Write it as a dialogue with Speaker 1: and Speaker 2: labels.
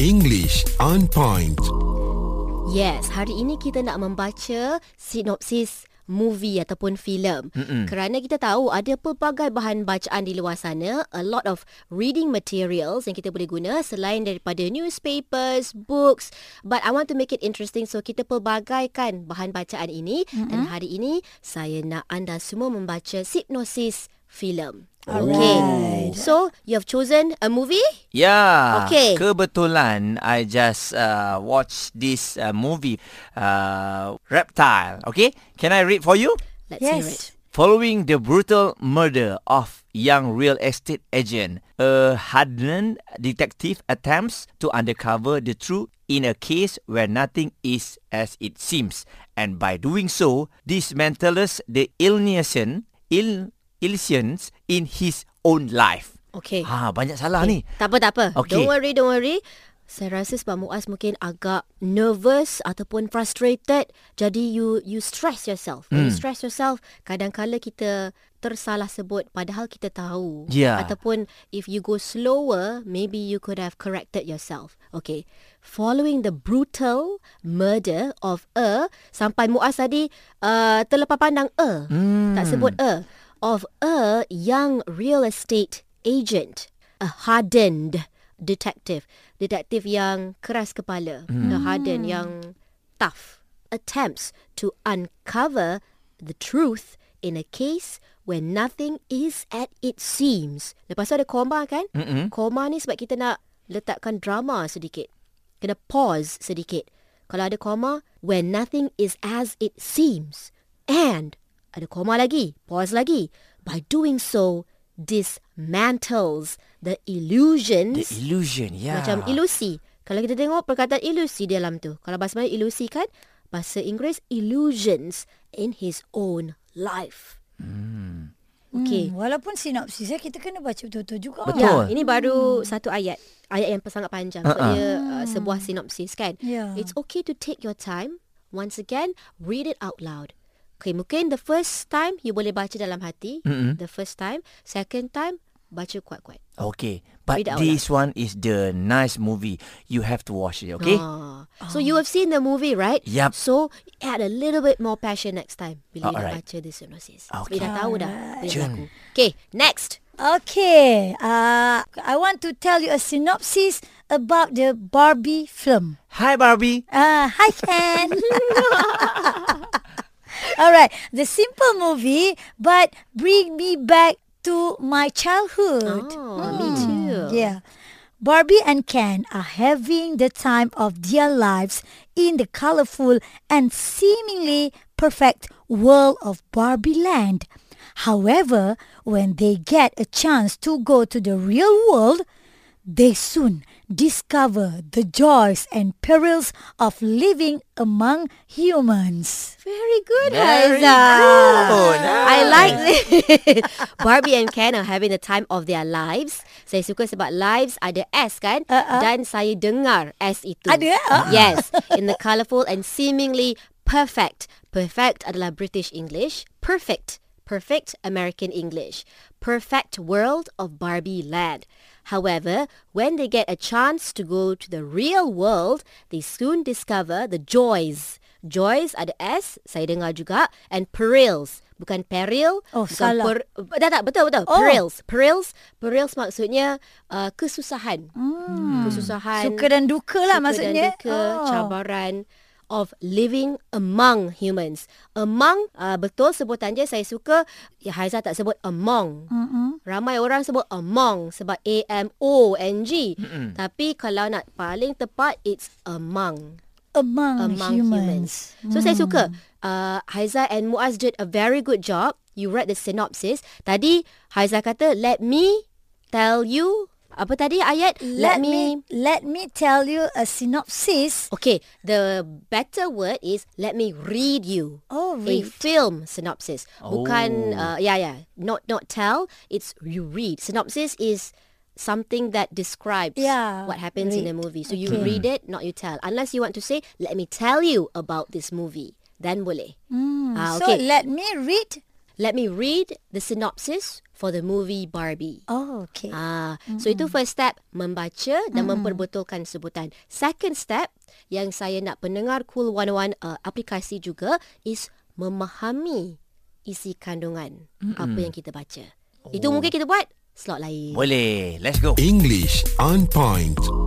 Speaker 1: English on point.
Speaker 2: Yes, hari ini kita nak membaca sinopsis movie ataupun filem. Mm-mm. Kerana kita tahu ada pelbagai bahan bacaan di luar sana, a lot of reading materials yang kita boleh guna selain daripada newspapers, books. But I want to make it interesting so kita pelbagaikan bahan bacaan ini mm-hmm. dan hari ini saya nak anda semua membaca sinopsis filem. Okay.
Speaker 3: Alright.
Speaker 2: So, you have chosen a movie?
Speaker 3: Yeah.
Speaker 2: Okay.
Speaker 3: Ya, Kebetulan I just uh, watched this uh, movie, uh, Reptile. Okay. Can I read for you?
Speaker 2: Let's hear it.
Speaker 4: Yes.
Speaker 3: Following the brutal murder of young real estate agent, a hardened detective attempts to uncover the truth in a case where nothing is as it seems, and by doing so, dismantles the illness, ill, illusions in his own life.
Speaker 2: Okay.
Speaker 3: Ha, banyak salah ni.
Speaker 2: Tak apa, tak apa.
Speaker 3: Okey.
Speaker 2: Don't worry, don't worry. Saya rasa sebab Muaz mungkin agak nervous ataupun frustrated. Jadi you you stress yourself. When you stress yourself, kadang-kala kita tersalah sebut padahal kita tahu.
Speaker 3: Ya.
Speaker 2: Ataupun if you go slower, maybe you could have corrected yourself. Okay. Following the brutal murder of a sampai Muaz tadi uh, terlepas pandang a. Tak sebut a. Of a young real estate agent. A hardened detective. Detektif yang keras kepala. A hardened yang tough. Attempts to uncover the truth in a case where nothing is as it seems. Lepas tu ada koma kan? Mm-mm. Koma ni sebab kita nak letakkan drama sedikit. Kena pause sedikit. Kalau ada koma, where nothing is as it seems. And, ada koma lagi, pause lagi. By doing so, dismantles the
Speaker 3: The
Speaker 2: illusions.
Speaker 3: illusion, yeah.
Speaker 2: Macam ilusi. Kalau kita tengok perkataan ilusi dalam tu. Kalau bahasa Melayu ilusi kan, bahasa Inggeris illusions in his own life. Hmm. Okay.
Speaker 4: Hmm, walaupun sinopsis eh, kita kena baca betul-betul juga.
Speaker 3: Betul.
Speaker 2: Ya, ini baru satu ayat. Ayat yang sangat panjang. Uh-uh. So, dia uh, sebuah sinopsis kan.
Speaker 4: Ya.
Speaker 2: It's okay to take your time. Once again, read it out loud. Okay, mungkin the first time you boleh baca dalam hati. Mm-hmm. The first time. Second time, baca kuat-kuat.
Speaker 3: Okay, but
Speaker 2: Read out
Speaker 3: this one is the nice movie. You have to watch it, okay?
Speaker 2: Ah. So you have seen the movie, right?
Speaker 3: Yup.
Speaker 2: So add a little bit more passion next time bila you dah
Speaker 3: Alright.
Speaker 2: baca the synopsis.
Speaker 3: Okay.
Speaker 2: Bila dah tahu dah. Bila
Speaker 3: Jun.
Speaker 2: laku. Okay, next.
Speaker 4: Okay, uh, I want to tell you a synopsis about the Barbie film.
Speaker 3: Hi, Barbie.
Speaker 4: Uh, hi, Ken. All right, the simple movie, but bring me back to my childhood.
Speaker 2: Oh, me too.
Speaker 4: Yeah. Barbie and Ken are having the time of their lives in the colorful and seemingly perfect world of Barbie land. However, when they get a chance to go to the real world, they soon discover the joys and perils of living among humans.
Speaker 2: Very good,
Speaker 3: Very
Speaker 2: Haiza.
Speaker 3: good.
Speaker 2: I like this. Barbie and Ken are having the time of their lives. Saya suka sebab lives ada S kan? Uh-uh. Dan saya dengar S itu.
Speaker 4: Ada, eh? Ah.
Speaker 2: Yes. In the colourful and seemingly perfect. Perfect adalah British English. Perfect. Perfect American English. Perfect world of Barbie land. However, when they get a chance to go to the real world, they soon discover the joys. Joys ada S, saya dengar juga. And perils. Bukan peril.
Speaker 4: Oh,
Speaker 2: bukan
Speaker 4: salah.
Speaker 2: Per, tak, tak, betul, betul.
Speaker 4: Oh.
Speaker 2: Perils. Perils. Perils maksudnya uh, kesusahan. Hmm. Kesusahan.
Speaker 4: Suka dan duka lah
Speaker 2: suka
Speaker 4: maksudnya. oh.
Speaker 2: Dan duka, cabaran of living among humans. Among, uh, betul sebutan dia saya suka. Ya, Haiza tak sebut among. Mm-mm. Ramai orang sebut among sebab A-M-O-N-G. Mm-mm. Tapi kalau nak paling tepat, it's among
Speaker 4: among,
Speaker 2: among
Speaker 4: humans. Mm.
Speaker 2: humans. So saya suka uh, Haiza and Muaz did a very good job. You read the synopsis. Tadi Haiza kata let me tell you apa tadi ayat
Speaker 4: Let, me, let me tell you a synopsis
Speaker 2: Okay, the better word is let me read you.
Speaker 4: Oh,
Speaker 2: A
Speaker 4: read.
Speaker 2: film synopsis. Bukan,
Speaker 3: Oh.
Speaker 2: uh, yeah, yeah. Not not tell. It's you read. Synopsis is something that describes
Speaker 4: Yeah,
Speaker 2: what happens in a movie. So you
Speaker 4: Okay.
Speaker 2: read it, not you tell. Unless you want to say, let me tell you about this movie. Then boleh. Ah,
Speaker 4: So let hmm, me read
Speaker 2: Let me read the synopsis for the movie Barbie.
Speaker 4: Oh, okay.
Speaker 2: Ah, so itu first step membaca dan memperbetulkan sebutan. Second step yang saya nak pendengar Cool 101 uh, aplikasi juga is memahami isi kandungan apa yang kita baca. Itu mungkin kita buat slot lain.
Speaker 3: Boleh. Let's go.
Speaker 1: English on point.